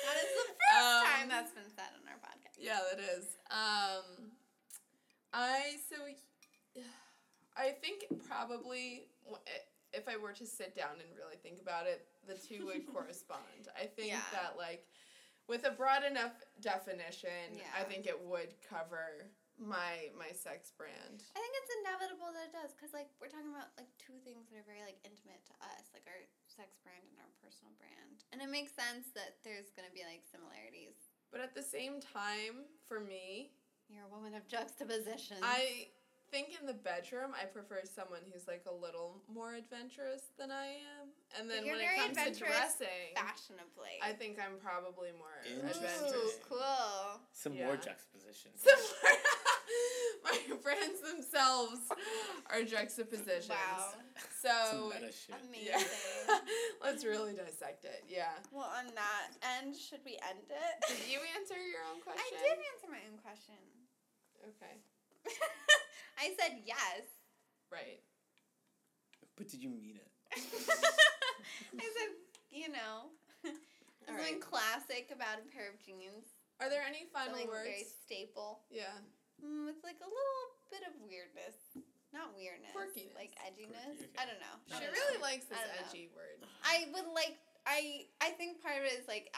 that is the first
um,
time that's been said on our podcast.
yeah, that is. Um, I so I think probably w- if I were to sit down and really think about it, the two would correspond. I think
Yeah.
that like with a broad enough definition, I
Yeah.
think it would cover my my sex brand.
I think it's inevitable that it does because like we're talking about like two things that are very like intimate to us, like our sex brand and our personal brand, and it makes sense that there's gonna be like similarities.
But at the same time, for me,
You're a woman of juxtaposition.
I think in the bedroom, I prefer someone who's like a little more adventurous than I am. And then
But you're
when it
very
comes to
adventurous
dressing,
fashionably.
I think I'm probably more
Ooh,
adventurous.
Interesting.
cool.
Some
Yeah.
more juxtaposition.
Some more- my friends themselves are juxtapositions.
Wow.
So
Some meta shit.
Amazing.
yeah. let's really dissect it. Yeah.
well, on that end, should we end it?
Did you answer your own question?
I did answer my own question.
Okay.
I said yes.
Right.
But did you mean it?
I said, you know,
All right.
something classic about a pair of jeans.
Are there any final
something
words?
very staple.
Yeah.
Mm, with like a little bit of weirdness. Not weirdness.
Quirkiness.
Like edginess.
Quirky, okay.
I don't know. I
She
don't
really
know.
likes this
I don't know.
edgy word.
I would like. I I think part of it is like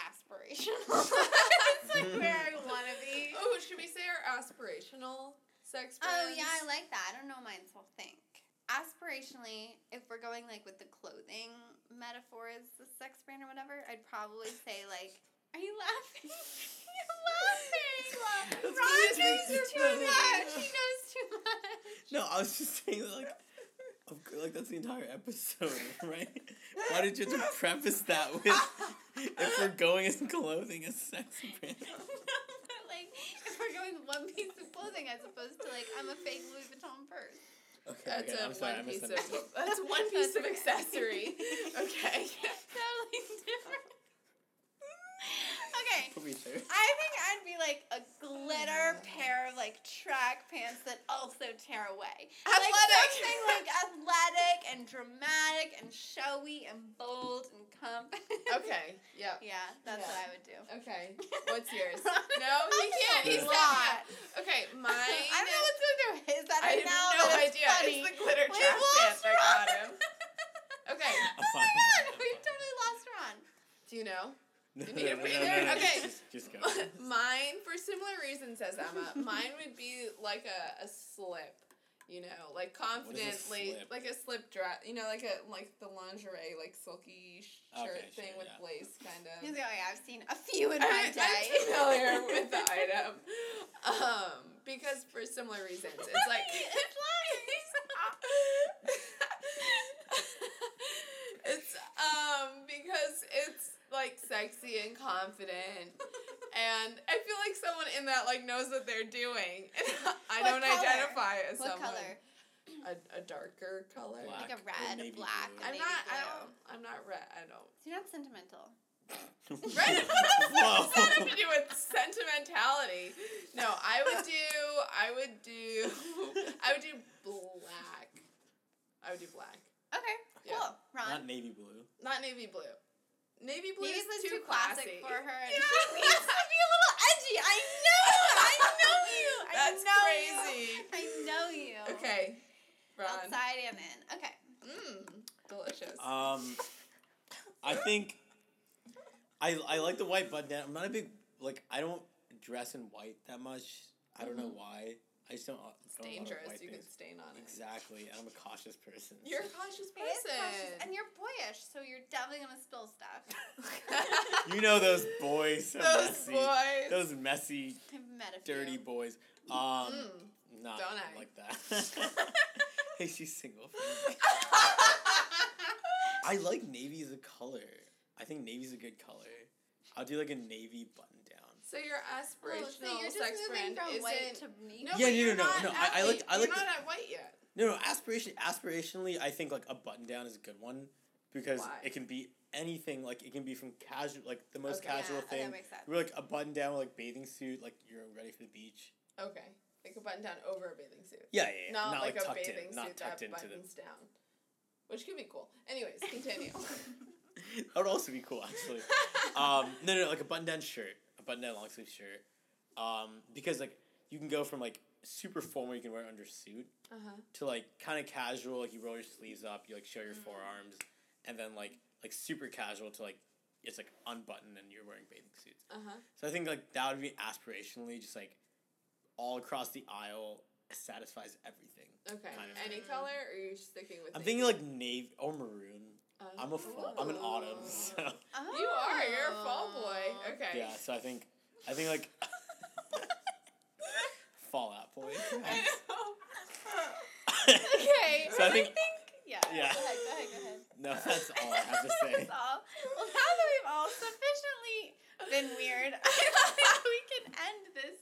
aspirational. it's like
Mm-hmm.
where I want to be.
Oh, should we say our aspirational sex
Oh
brands?
yeah, I like that. I don't know mine, so I'll think. Aspirationally, if we're going like with the clothing metaphor as the sex brand or whatever, I'd probably say like, are you laughing? You're laughing.
That's
Roger's
really
too much.
funny.
He knows too much.
No, I was just saying like, of cou- like that's the entire episode, right? Why did you have to preface that with if we're going as clothing as sex brand?
But, like if we're going with one piece of clothing as opposed to like I'm a fake Louis Vuitton purse.
Okay,
That's
okay,
a
I'm sorry, I
one piece of
misunderstood.
that's one piece of accessory. Okay.
totally different. okay.
Put me there.
I think I'd be like a
Oh
glitter pair of like track pants that also tear away. Like
Athletic.
something like athletic and dramatic and showy and bold and confident.
Okay. Yep.
Yeah, that's what
Yeah.
I would do.
Okay. What's yours? No, he can't. He
He's
said
Lot.
that. Okay, mine.
I don't know what's going through his head
I
right
have
now.
no
but it's
idea.
Funny.
It's the glitter
We
trash pants
lost
I got
Ron.
him. Okay.
I'm
Oh my
fine.
god,
I'm
we
fine.
totally lost Ron.
Do you know?
No,
You
no,
need to
no,
be
no,
there?
no, no,
Okay.
Just, just go.
mine, for similar reasons, says Emma. Mine would be like a, a slip, you know, like
is a
confidently,
slip?
like a slip dress, you know, like a like the lingerie, like silky shirt
Okay,
thing
sure,
with
yeah.
lace, kind of.
He's like, oh yeah, I've seen a few in my
I,
day.
am familiar with the item, um, because for similar reasons, it's like
it's
it's um because it's like sexy and confident, and I feel like someone in that like knows what they're doing. I
What
don't
color?
identify as
What
someone.
color?
A, a darker color.
Black
Like a
or
red,
navy
black,
blue.
I'm
and navy
not. I
blue.
don't. I'm not red. I don't.
You're not sentimental.
Right?
Whoa.
What's that have to do with sentimentality? No, I would do. I would do. I would do black. I would do black.
Okay,
Yeah.
cool. Ron.
Not navy blue.
Not navy blue. Navy blue
Maybe
is
this was
too,
too
classy.
classic for her. And
Yeah.
She needs to be a little edgy. I know. I know you. I
That's
know
crazy.
You. I know you.
Okay, Ron.
Outside and in. Okay.
Mm, delicious.
Um, I think I I like the white button down. I'm not a big like I don't dress in white that much. I don't know why. I just don't. I
Mm-hmm. it's
don't have
dangerous.
a lot of white
You
things.
can stain on it.
Exactly, and I'm a cautious person. so-
You're a cautious
He is cautious,
person.
And you're boyish, so you're definitely gonna spill stuff.
You know those boys. Are
Those
messy.
boys.
Those messy,
I've met a few.
dirty boys. Um,
Mm.
not
don't I?
like that. hey, she's single.
Mm.
I like navy as a color. I think navy's a good color. I'll do like a navy button down.
so your
Oh,
aspirational
so you're just
sex
moving
brand
from
isn't.
white to me.
no, but
Yeah, no,
you're
no, no,
not
no, I-
at
I like-
white-
I
You're
like the-
not at white yet.
No, no, aspiration aspirationally, I think like a button down is a good one because
Why?
it can be anything. Like it can be from casual, like the most
Okay.
casual
yeah,
thing.
Okay, makes sense.
We're like a button down, like bathing suit, like you're ready for the beach.
Okay, like a button down over a bathing suit.
Yeah, yeah, yeah.
not,
not,
like, a
tucked
bathing
in,
suit
not tucked
that
into
buttons down, which could be cool. Anyways, continue.
the. That would also be cool, actually. um, no, no, no, like a button down shirt, a button down long sleeve shirt, um, because like you can go from like super formal you can wear under suit
uh-huh.
to like kind of
Mm-hmm.
casual, like you roll your sleeves up, you like show your forearms, and then like like super casual to like it's like unbuttoned and you're wearing bathing suits.
Uh huh.
So I think like that would be aspirationally just like all across the aisle satisfies everything.
Okay.
Kind of
Any
thing.
color, or you're sticking with?
I'm
navy?
thinking like navy or maroon.
Oh.
I'm a fall, I'm an autumn, so
Oh.
You are. You're a fall boy. Okay.
yeah. So I think I think like Fallout Boy.
I know.
okay.
So I think-
Yeah.
Yeah.
Go ahead. Go ahead. Go ahead.
No, that's all I have to say.
Oh, That's all. Well, now that we've all sufficiently been weird, I think we can end this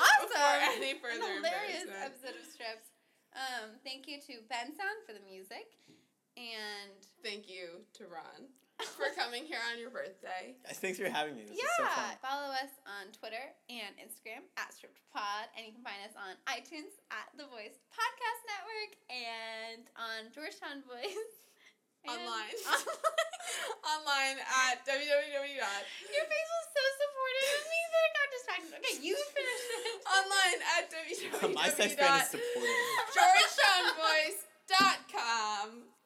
awesome
Before any
and
further
hilarious
embarrassment.
episode of Strips. Um, thank you to Ben Sound for the music, and
Thank you to Ron for coming here on your birthday.
Thanks for having me. This is so
yeah,
fun.
follow us on Twitter and Instagram at Stripped Pod, and you can find us on iTunes at The Voice Podcast Network and on Georgetown Voice. and
Online. Online
online.
at www.
Your face was so supportive of me that I got distracted. Okay, you finish it.
Online at www.
My sex band is supportive.
GeorgetownVoice.com.